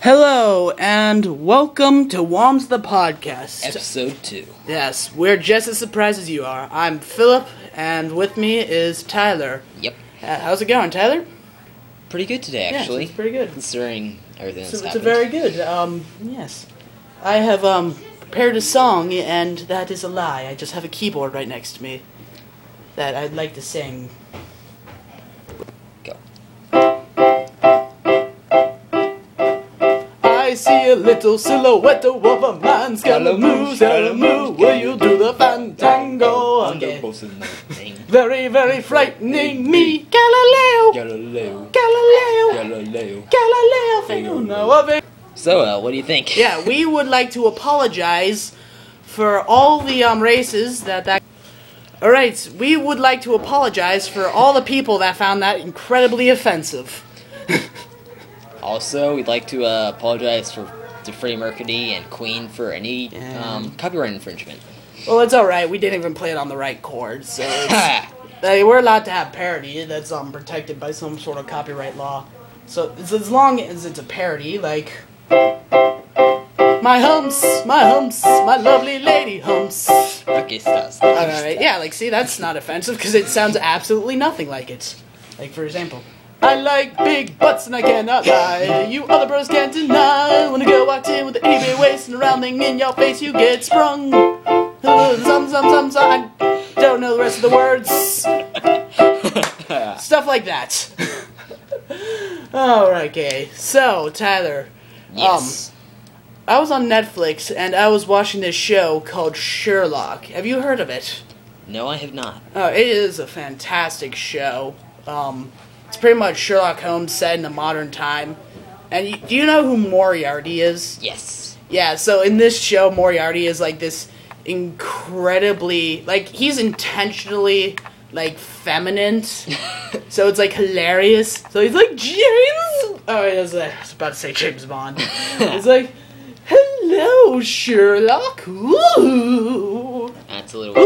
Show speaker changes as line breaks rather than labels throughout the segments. Hello and welcome to Wom's the podcast.
Episode 2.
yes, we're just as surprised as you are. I'm Philip, and with me is Tyler.
Yep.
Uh, how's it going, Tyler?
Pretty good today, actually.
yes, it's pretty good. It's,
considering everything that's
it's a
happened.
very good. Um, yes, I have um prepared a song, and that is a lie. I just have a keyboard right next to me that I'd like to sing.
Go.
I see a little silhouette of a man. Scaramouche, Scaramouche, will you do the fandango?
Under
Okay.
both of them, thing.
Very, very frightening me, Galileo,
Galileo.
Galileo,
Galileo.
Galileo, figure no of it.
So, uh, what do you think?
Yeah, we would like to apologize for all the um, races that that. All right, we would like to apologize for all the people that found that incredibly offensive.
Also, we'd like to uh, apologize for to Freddie Mercury and Queen for any um, copyright infringement.
Well, it's all right. We didn't even play it on the right chord, so it's,
Ha!
they we're allowed to have parody that's um protected by some sort of copyright law. So it's as long as it's a parody, like. My humps, my humps, my lovely lady humps.
okay, stop. stop.
All right, yeah, like see, that's not offensive because it sounds absolutely nothing like it. Like for example, I like big butts and I cannot lie. You other bros can't deny. When a girl walks in with a itty bitty waist and a round thing in your face, you get sprung. Some, some, some, some. I don't know the rest of the words. Stuff like that. All right, gay. So Tyler, um,
Yes.
I was on Netflix and I was watching this show called Sherlock. Have you heard of it?
no, I have not.
Oh, it is a fantastic show. Um, it's pretty much Sherlock Holmes set in the modern time. And you, do you know who Moriarty is?
Yes.
Yeah, so in this show, Moriarty is like this incredibly like he's intentionally like feminine, so it's like hilarious. So he's like James. Oh, I was, I was about to say James Bond. It's like, hello, Sherlock. Ooh.
That's a little.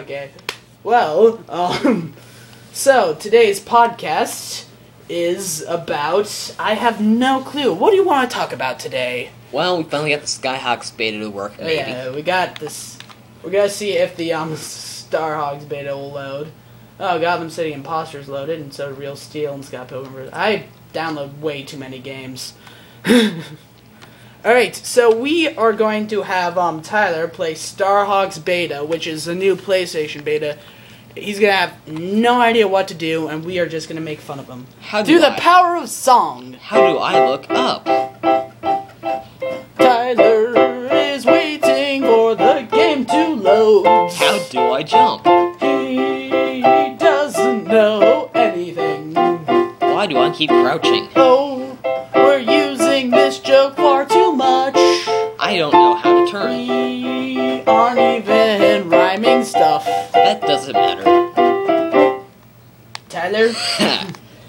okay. Well, um, so today's podcast is about. I have no clue. What do you want to talk about today?
Well, we finally got the Skyhawks beta to work,
Oh,
maybe.
Yeah, we got this. We're gonna see if the um Starhogs beta will load. Oh, Gotham City Imposters loaded, and so did Real Steel and Scott Pilgrim. vs. I download way too many games. All right, so we are going to have um Tyler play Starhogs beta, which is the new PlayStation beta. He's gonna have no idea what to do, and we are just gonna make fun of him.
How do
Do the
I-
power of song.
How do I look up?
Tyler is waiting for the game to load.
How do I jump?
He doesn't know anything.
Why do I keep crouching?
Oh, we're using this joke far too much.
I don't know how to turn.
We aren't even rhyming stuff.
That doesn't matter.
Tyler?
that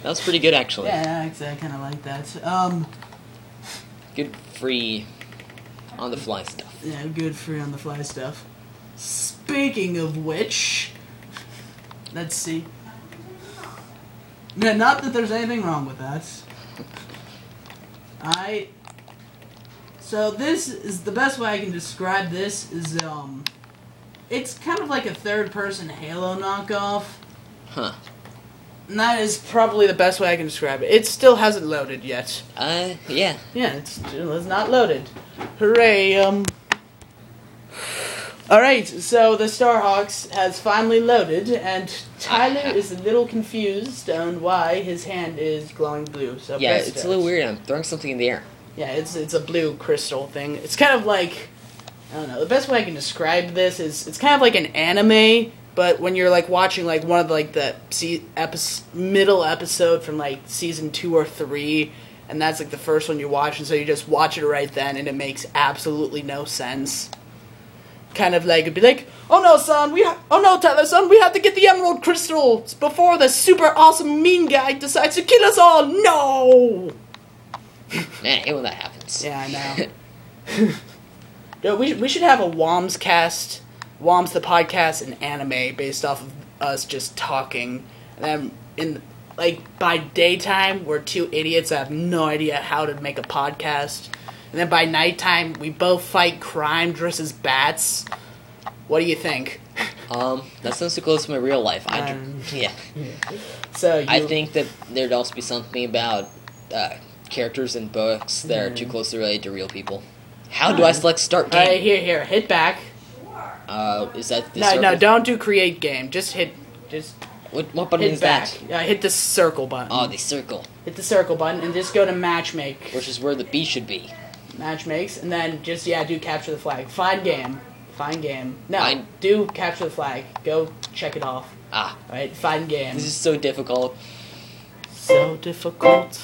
was pretty good, actually.
Yeah, actually, I kind of like that. Um,
Good free, on the fly stuff.
yeah, good free on the fly stuff. Speaking of which, let's see. Yeah, not that there's anything wrong with that. I. So this is the best way I can describe this is um, it's kind of like a third-person Halo knockoff.
Huh.
And that is probably the best way I can describe it. It still hasn't loaded yet.
Uh, yeah.
Yeah, it's, it's not loaded. Hooray, um. Alright, so the Starhawks has finally loaded, and Tyler is a little confused on why his hand is glowing blue. So
Yeah,
press
it's
it.
a little weird. I'm throwing something in the air.
Yeah, it's, it's a blue crystal thing. It's kind of like. I don't know. The best way I can describe this is it's kind of like an anime, but when you're like watching like one of like the se- epis middle episode from like season two or three, and that's like the first one you watch, and so you just watch it right then, and it makes absolutely no sense. Kind of like it'd be like, oh no, son, we ha- oh no, Tyler, son, we have to get the emerald crystals before the super awesome mean guy decides to kill us all. No.
Man, I hate when that happens.
Yeah, I know. Yo, we, we should have a Woms cast, Woms the podcast, and anime based off of us just talking. And then Um, in like by daytime we're two idiots that have no idea how to make a podcast, and then by nighttime we both fight crime dressed as bats. What do you think?
Um, that sounds too close to my real life. I,
Um,
yeah.
So you,
I think that there'd also be something about uh, characters in books that
Mm-hmm.
are too closely related to real people. How do I select start
All right,
game?
here, here, hit back.
Uh, is that the
No, no,
circle?
don't do create game. Just hit, just
What, what button
hit
is
back.
that?
Yeah, hit the circle button.
Oh, the circle,
hit the circle button and just go to match make.
which is where the B should be.
Match makes, and then just yeah, do capture the flag. Find game. Find game. No,
Find-
do capture the flag. Go check it off.
Ah,
All right, find game.
this is so difficult.
so difficult.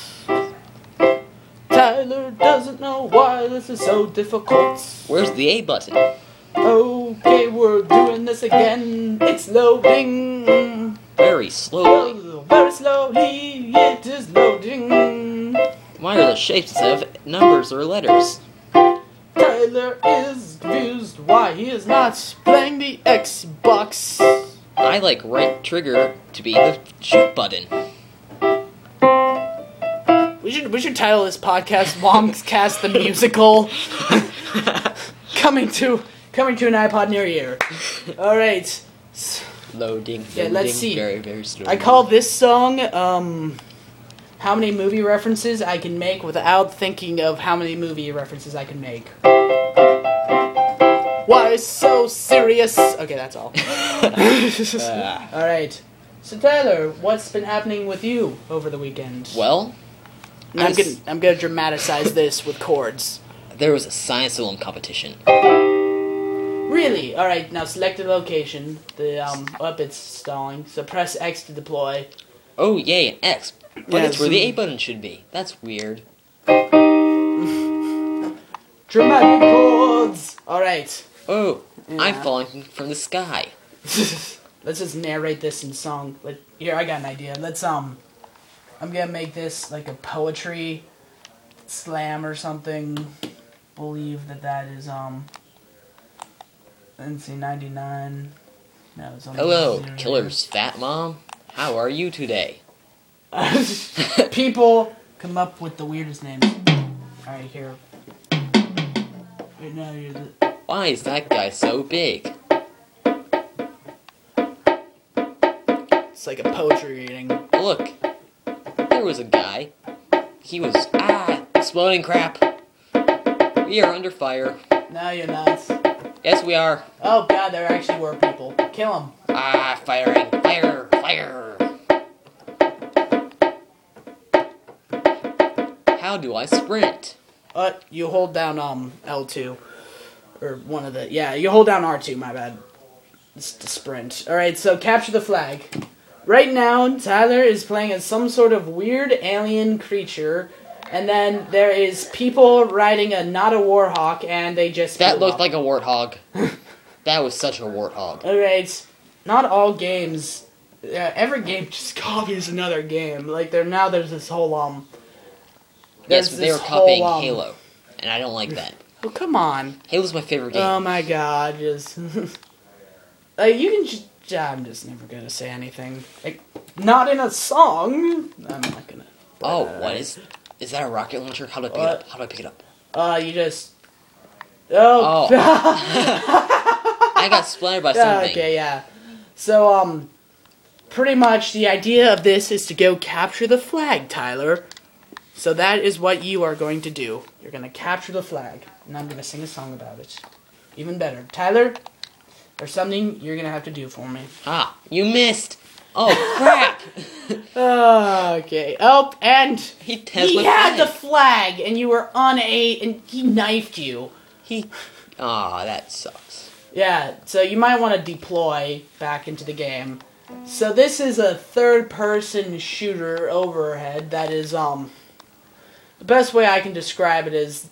Tyler doesn't know why this is so difficult.
Where's the A button?
Okay, we're doing this again. It's loading.
Very slowly.
Oh, Very slowly, it is loading.
Why are the shapes of numbers or letters?
Tyler is confused why he is not playing the Xbox.
I like right trigger to be the shoot button.
We should we should title this podcast "Wong's Cast the Musical." coming to coming to an iPod near you. All right, S-
Loading, loading,
Yeah, let's see.
very, very slowly.
I call this song um, how many movie references I can make without thinking of how many movie references I can make. Why so serious? Okay, that's all.
Ah.
All right. So Tyler, what's been happening with you over the weekend?
well,
And I'm
I
gonna
was-
I'm gonna dramatize this with chords.
there was a science film competition.
Really? All right. Now select a location. The um up it's stalling. So press X to deploy.
Oh, yay, an X. But it's
Yes.
where the A button should be. That's weird.
Dramatic chords. All right.
Oh, I'm
Yeah.
falling from the sky.
Let's just narrate this in song. Let, here, I got an idea. Let's um, I'm gonna make this like a poetry slam or something. Believe that that is um, NC ninety nine. No, it's on
Hello, killer's fat mom. How are you today?
People come up with the weirdest names. All right, here. Wait, no, you're the.
Why is that guy so big?
It's like a poetry reading.
Look, there was a guy. He was, ah, exploding crap. We are under fire.
No, you're not.
Yes, we are.
Oh God, there actually were people. Kill them.
Ah, firing, fire, fire. How do I sprint?
Uh, you hold down um L two, or one of the yeah. You hold down R two. My bad. It's the sprint. All right. So capture the flag. Right now, Tyler is playing as some sort of weird alien creature, and then there is people riding a not a warhawk, and they just
That
blew
looked
up.
like a warthog. that was such a warthog.
All right. Not all games. Uh, every game just copies another game. Like there now, there's this whole um. there's
Yes, but they
this
were copying
whole, um,
Halo, and I don't like that.
Oh come on.
Halo's my favorite game.
Oh my god, just like you can. Just, I'm just never gonna say anything. Like not in a song. I'm not gonna.
oh, what is? Is that a rocket launcher? How do I pick
What?
it up? How do I pick it up?
Uh, you just. Oh.
I got splattered by
Yeah,
something.
okay, yeah. So um, pretty much the idea of this is to go capture the flag, Tyler. So that is what you are going to do. You're gonna capture the flag, and I'm gonna sing a song about it. Even better, Tyler. There's something you're gonna have to do for me.
Ah, you missed. Oh crap!
Okay. Oh, and
He
he
Tesla.
had the
flag.
flag, and you were on a, and he knifed you.
he. Ah, that sucks.
Yeah, so you might want to deploy back into the game. So this is a third-person shooter overhead that is um. The best way I can describe it is,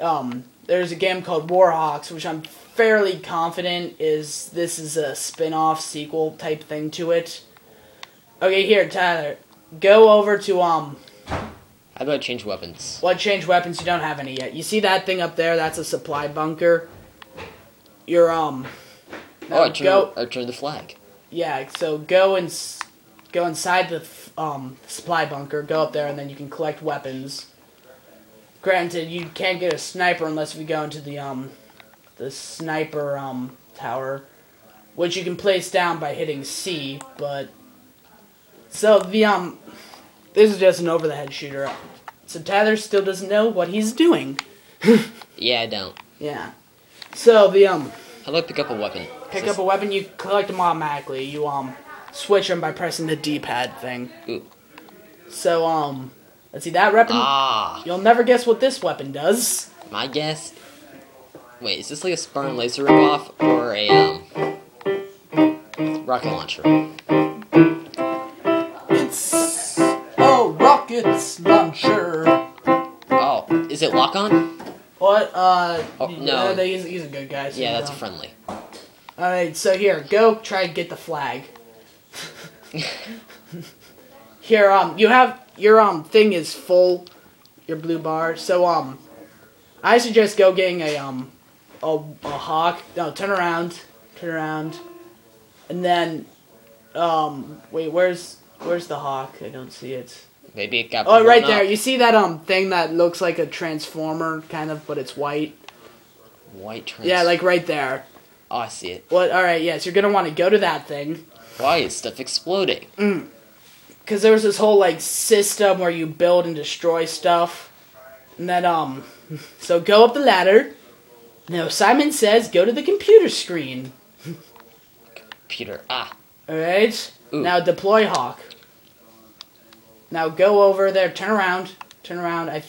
um, there's a game called Warhawks, which I'm fairly confident is this is a spin-off sequel type thing to it. Okay, here Tyler, go over to um
How do I change weapons?
Well, change weapons. You don't have any yet. You see that thing up there? That's a supply bunker. You're um.
Oh, I
now
turned.
go.
I turned the flag.
Yeah. So go and s- go inside the f- um, supply bunker, go up there, and then you can collect weapons. Granted, you can't get a sniper unless we go into the um, the sniper um tower, which you can place down by hitting C. But so the um, this is just an over the head shooter. So Tyler still doesn't know what he's doing.
Yeah, I don't.
Yeah. So the um,
How do I pick up a weapon?
pick up a weapon, you collect them automatically. You um, switch them by pressing the D-pad thing.
Ooh.
So um, let's see that weapon.
Ah,
You'll never guess what this weapon does.
my guess. Wait, is this like a spartan laser ripoff or a um, rocket launcher?
It's a rocket's launcher.
Oh, is it lock on?
What? Uh,
Oh,
y-
no.
uh, he's, he's a good guy. so
Yeah,
no.
that's a friendly.
All right, so here, go try and get the flag. here, um, you have your um thing is full, your blue bar. So um, I suggest go getting a um, a, a hawk. No, turn around, turn around, and then, um, wait, where's where's the hawk? I don't see it.
Maybe it got.
Oh, right
blown
there.
up.
You see that um thing that looks like a transformer kind of, but it's white.
White trans.
Yeah, like right there.
Oh, I see it.
What? All right. Yes, you're gonna want to go to that thing.
Why is stuff exploding?
because there was this whole like system where you build and destroy stuff, and then um, so go up the ladder. No, Simon says go to the computer screen.
Peter. Ah.
All right.
Ooh.
Now deploy Hawk. Now go over there. Turn around. Turn around. I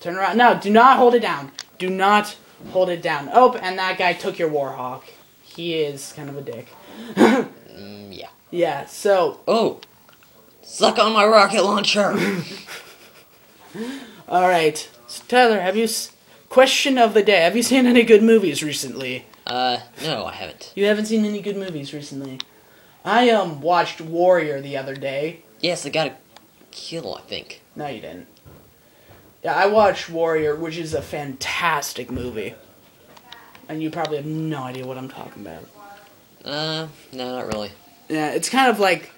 turn around. No, do not hold it down. Do not hold it down. Oh, and that guy took your Warhawk. He is kind of a dick.
Mm, yeah.
Yeah. So
Oh. Suck on my rocket launcher.
all right, so, Tyler, have you? S- question of the day: Have you seen any good movies recently?
uh, no, I haven't.
You haven't seen any good movies recently. I um watched Warrior the other day.
Yes, I got a kill. I think.
No, you didn't. Yeah, I watched Warrior, which is a fantastic movie. And you probably have no idea what I'm talking about.
Uh, no, not really.
Yeah, it's kind of like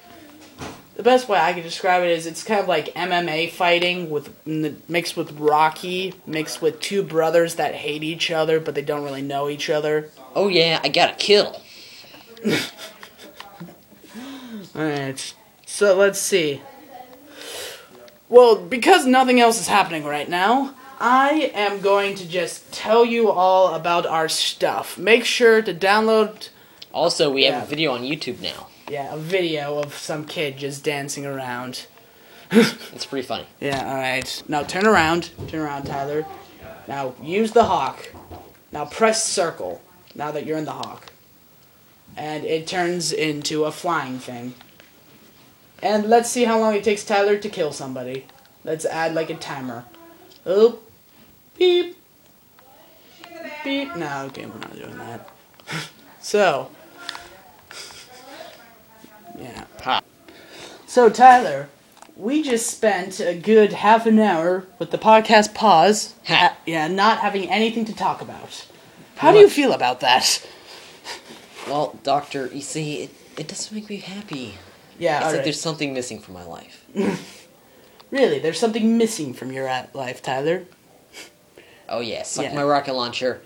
the best way I could describe it is it's kind of like MMA fighting with n- mixed with Rocky, mixed with two brothers that hate each other but they don't really know each other.
Oh yeah, I got a kill.
Alright. So let's see. Well, because nothing else is happening right now, I am going to just tell you all about our stuff. Make sure to download
Also, we have
Yeah.
a video on YouTube now.
yeah, a video of some kid just dancing around.
It's pretty funny.
Yeah, alright. Now turn around. Turn around, Tyler. Now use the hawk. Now press circle. Now that you're in the hawk. And it turns into a flying thing. And let's see how long it takes Tyler to kill somebody. Let's add like a timer. Oop. Beep. Beep. No, okay, we're not doing that. so. Yeah.
Ha.
So, Tyler, we just spent a good half an hour with the podcast pause.
Ha.
uh, yeah, not having anything to talk about. How do you feel about that?
Well, Doctor, you see, it, it doesn't make me happy.
Yeah,
It's
all
like
right.
there's something missing from my life.
really, there's something missing from your at- life, Tyler.
Oh yeah, suck
Yeah.
my rocket launcher.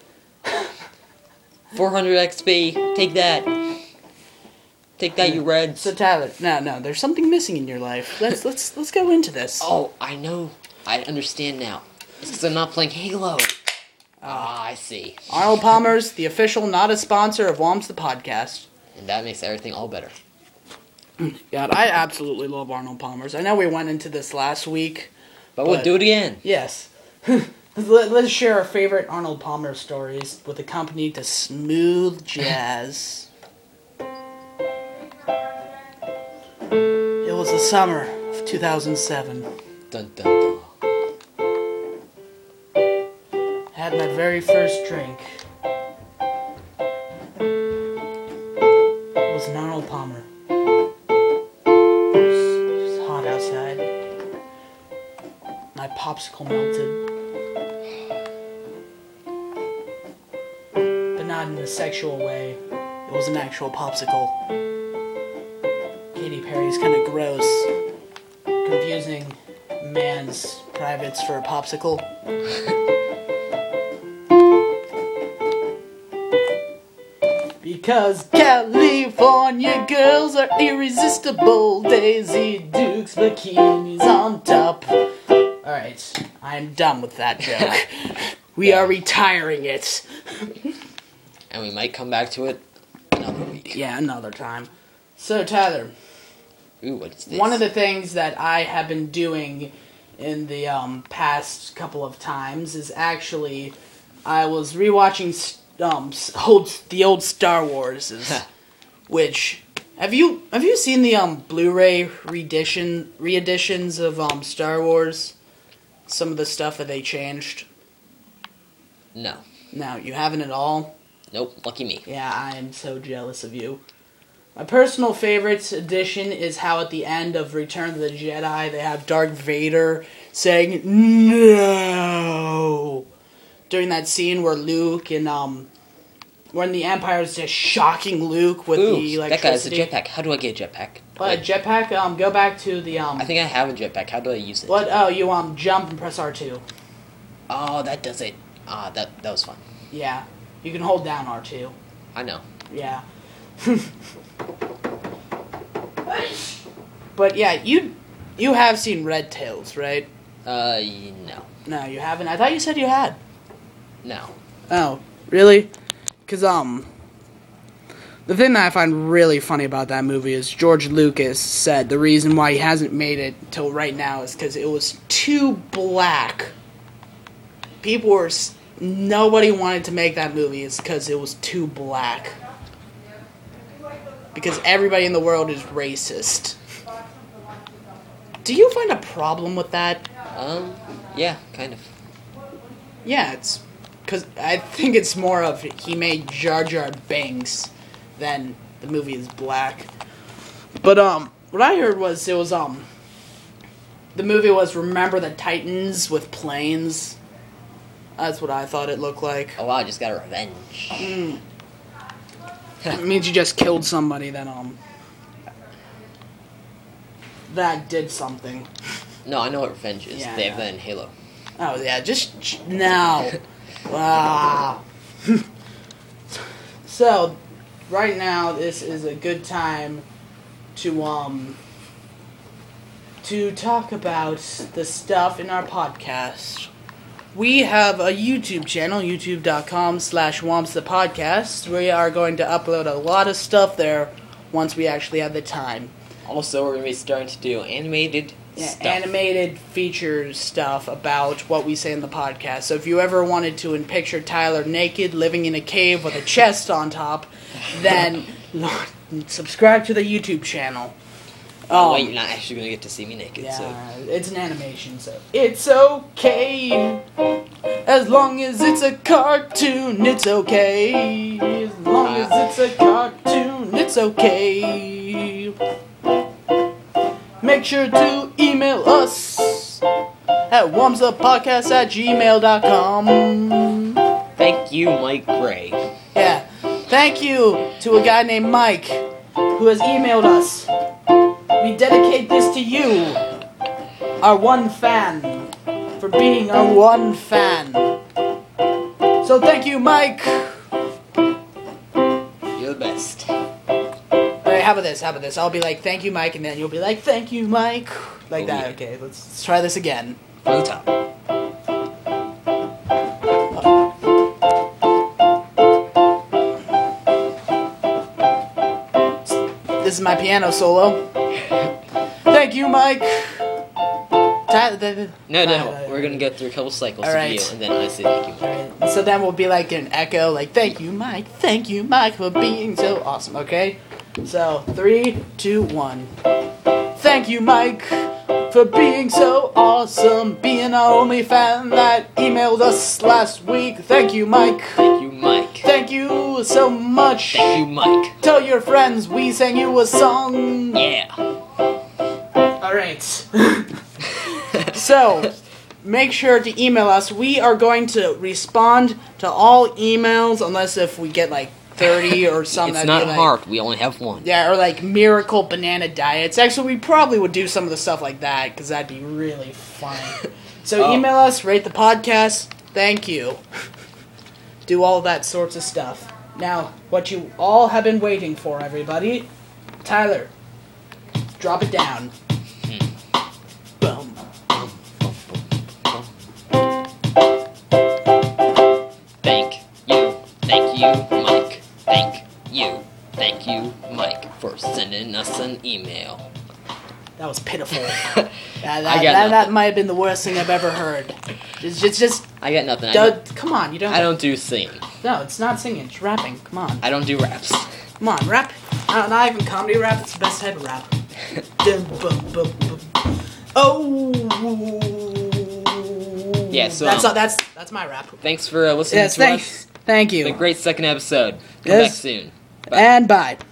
400 XP. Take that. Take that, you reds.
So, Tyler, no, no, there's something missing in your life. Let's let's let's go into this.
Oh, I know. I understand now. It's because I'm not playing Halo. Ah, I see.
Arnold Palmer's the official, not a sponsor of Wom's the podcast.
And that makes everything all better.
God, I absolutely love Arnold Palmer's. I know we went into this last week.
But we'll
But-
do it again.
Yes. Let, let's share our favorite Arnold Palmer stories with a company to smooth jazz. it was the summer of 2007.
Dun dun dun.
Had my very first drink. It was an Arnold Palmer. It was, it was hot outside. My popsicle melted. But not in a sexual way. It was an actual popsicle. Katy Perry's kinda gross. confusing man's privates for a popsicle. Because California girls are irresistible. Daisy Duke's bikinis on top. Alright, I'm done with that joke. we are retiring it.
and we might come back to it another week.
Yeah, another time. So, Tyler,
Ooh, what's this?
one of the things that I have been doing in the um, past couple of times is actually I was rewatching s- um, s- old the old Star Wars, which have you have you seen the um, Blu-ray reedition reeditions of um, Star Wars? Some of the stuff that they changed.
no,
No, you haven't at all.
nope. Lucky me.
Yeah, I am so jealous of you. My personal favorite edition is how at the end of Return of the Jedi they have Darth Vader saying no during that scene where Luke and um when the Empire is just shocking Luke with
Ooh,
the
that guy's a
electricity.
jetpack. How do I get a jetpack?
But
Wait,
jetpack, um, go back to the um.
I think I have a jetpack. How do I use it?
what? Oh, you um jump and press R two.
Oh, that does it. Ah, that that was fun.
Yeah, you can hold down R two.
I know.
Yeah. but yeah, you you have seen Red Tails, right?
Uh, y- no,
No, you haven't. I thought you said you had.
no.
Oh, really? Cause um, the thing that I find really funny about that movie is George Lucas said the reason why he hasn't made it till right now is because it was too black. People were s- nobody wanted to make that movie. It's because it was too black. Because everybody in the world is racist. Do you find a problem with that?
Um, yeah, kind of.
Yeah, it's because I think it's more of he made Jar Jar Banks than the movie is black. But um, what I heard was it was um, the movie was Remember the Titans with planes. That's what I thought it looked like.
Oh wow, I just got revenge.
Mm. It means you just killed somebody that um, that did something.
No, I know what revenge is.
Yeah, I
they have
know.
that in Halo.
Oh yeah, just ch- now. wow. so, right now, this is a good time to um to talk about the stuff in our podcast. We have a YouTube channel, youtube.com slash womps the podcast. We are going to upload a lot of stuff there once we actually have the time.
Also, we're gonna be starting to do animated
Yeah,
stuff.
animated feature stuff about what we say in the podcast. So if you ever wanted to and picture Tyler naked living in a cave with a chest on top, then subscribe to the YouTube channel.
oh,
Um,
wait, you're not actually gonna get to see me naked.
yeah,
So
it's an animation, so it's okay. As long as it's a cartoon, it's okay. As long
Uh,
as it's a cartoon, it's okay. Make sure to email us at wumsupodcast at gmail.com.
thank you, Mike Gray.
Yeah. Thank you to a guy named Mike who has emailed us. We dedicate this to you, our one fan, for being our one fan. So thank you, Mike.
You're the best.
All right, how about this? How about this? I'll be like, thank you, Mike, and then you'll be like, thank you, Mike. Like
Oh,
that.
yeah.
Okay, let's, let's try this again.
From the top.
This is my piano solo. Thank you, Mike. Ty- th- th-
No,
Bye.
no, we're gonna go through a couple cycles
All
of
right.
you, and then I say thank you. Mike.
Alright, So then we'll be like an echo, like "Thank you, Mike. Thank you, Mike, for being so awesome." Okay. So three, two, one. Thank you, Mike, for being so awesome, being our only fan that emailed us last week. Thank you, Mike.
Thank you, Mike.
Thank you so much.
Thank you, Mike.
Tell your friends we sang you a song.
Yeah.
All right. so, make sure to email us. We are going to respond to all emails unless if we get like thirty or something.
It's
Um, I'd
not
be like-
hard. We only have one.
Yeah, or like miracle banana diets. Actually, we probably would do some of the stuff like that because that'd be really funny. So
Oh.
email us, rate the podcast. Thank you. Do all that sorts of stuff. Now, what you all have been waiting for, everybody, Tyler, drop it down.
Hmm.
Boom.
Thank you, thank you, Mike. Thank you, thank you, Mike, for sending us an email.
That was pitiful. that, that,
got
that, that
nothing.
might have been the worst thing I've ever heard. It's just, just
I got nothing. I don't,
Doug, come on, you don't.
I don't do sing.
No, it's not singing. It's rapping. Come on.
I don't do raps.
Come on, rap. Not, not even comedy rap. It's the best type of rap. Dum, bum, bum, bum. Oh.
Yeah, so,
that's
um,
all- that's that's my rap.
Thanks for uh, listening
Yes,
to us.
thanks. Thank you.
A great second episode. Come
Yes.
back soon.
And bye.